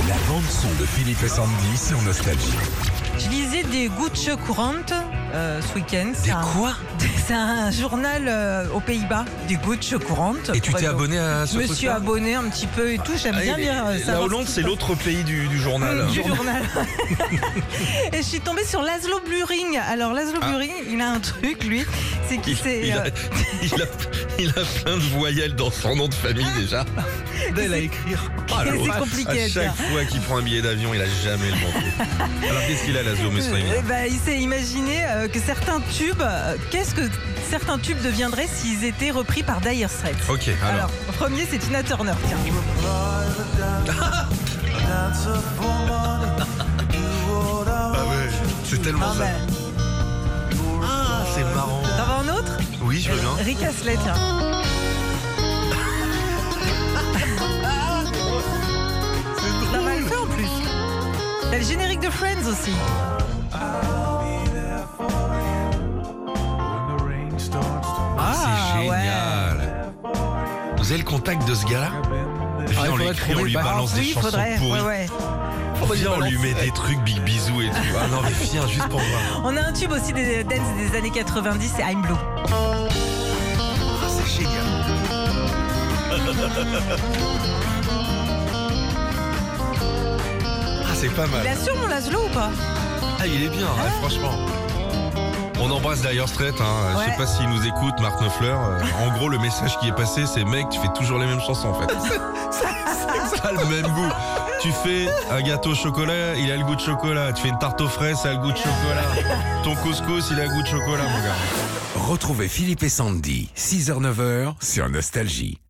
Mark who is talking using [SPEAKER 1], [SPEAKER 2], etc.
[SPEAKER 1] bande son de Philippe et Sandy sur Nostalgie.
[SPEAKER 2] Je lisais des Gouttes courantes euh, ce week-end.
[SPEAKER 1] Des
[SPEAKER 2] C'est un,
[SPEAKER 1] quoi
[SPEAKER 2] c'est un journal euh, aux Pays-Bas, des Gouttes courantes.
[SPEAKER 1] Et tu t'es abonné à ce
[SPEAKER 2] Je me
[SPEAKER 1] truc
[SPEAKER 2] suis abonné un petit peu et tout. J'aime
[SPEAKER 3] Ah,
[SPEAKER 2] bien lire. euh,
[SPEAKER 1] La
[SPEAKER 2] savoir
[SPEAKER 1] Hollande,
[SPEAKER 2] ce qui
[SPEAKER 1] c'est
[SPEAKER 2] se
[SPEAKER 1] l'autre pays du, du journal.
[SPEAKER 2] du journal. et je suis tombée sur Laszlo Bluring. Alors Laszlo
[SPEAKER 1] Ah.
[SPEAKER 2] Bluring, il a un truc lui, c'est qu'il
[SPEAKER 3] Il,
[SPEAKER 2] s'est
[SPEAKER 3] il
[SPEAKER 2] euh,
[SPEAKER 3] a, il, a, il a plein de voyelles dans son nom de famille
[SPEAKER 2] Ah.
[SPEAKER 3] déjà.
[SPEAKER 1] D'elle à écrire.
[SPEAKER 3] Ah, la
[SPEAKER 2] C'est
[SPEAKER 3] vache.
[SPEAKER 2] compliqué à
[SPEAKER 3] À chaque fois qu'il prend un billet d'avion, il a jamais le bon truc. Alors qu'est-ce qu'il a, Lazio Mestrini
[SPEAKER 2] Eh ben, il s'est imaginé euh, que certains tubes, euh, qu'est-ce que certains tubes deviendraient s'ils étaient repris par Dire Straits.
[SPEAKER 1] Oh,
[SPEAKER 3] Ok, alors.
[SPEAKER 2] Alors, premier, c'est Tina Turner. Tiens.
[SPEAKER 3] Ah ouais, c'est tellement
[SPEAKER 2] Ah, ben,
[SPEAKER 3] Ah, c'est marrant.
[SPEAKER 2] T'en veux un autre
[SPEAKER 3] Oui, je veux bien.
[SPEAKER 2] Rick Astley, tiens. T'as mal fait en plus. T'as le générique de Friends aussi. Ah,
[SPEAKER 3] c'est génial. Vous avez le contact de ce gars-là
[SPEAKER 2] Ah,
[SPEAKER 3] Viens, on l'écrit, on lui balance des
[SPEAKER 2] oui,
[SPEAKER 3] chansons
[SPEAKER 2] faudrait.
[SPEAKER 3] pourries.
[SPEAKER 2] ouais, ouais.
[SPEAKER 3] Viens, on lui met des trucs big bisous et tout. Ah non, mais viens juste pour voir.
[SPEAKER 2] On a un tube aussi des euh, dance des années 90, c'est I'm Blue.
[SPEAKER 3] Ah, c'est génial. Ah, c'est pas mal.
[SPEAKER 2] Il assure mon Laszlo ou pas
[SPEAKER 3] Ah, il est bien, ouais, franchement. On embrasse d'ailleurs Strait, hein. je
[SPEAKER 2] Ouais.
[SPEAKER 3] sais pas s'il nous écoute, Marc Neufleur. Euh, En gros, le message qui est passé, c'est mec, tu fais toujours les mêmes chansons en fait. ça a le même goût. Tu fais un gâteau au chocolat, il a le goût de chocolat. Tu fais une tarte aux fraises, ça a le goût de chocolat. Ton couscous, il a le goût de chocolat, mon gars.
[SPEAKER 1] Retrouvez Philippe et Sandy, 6h-9h sur Nostalgie.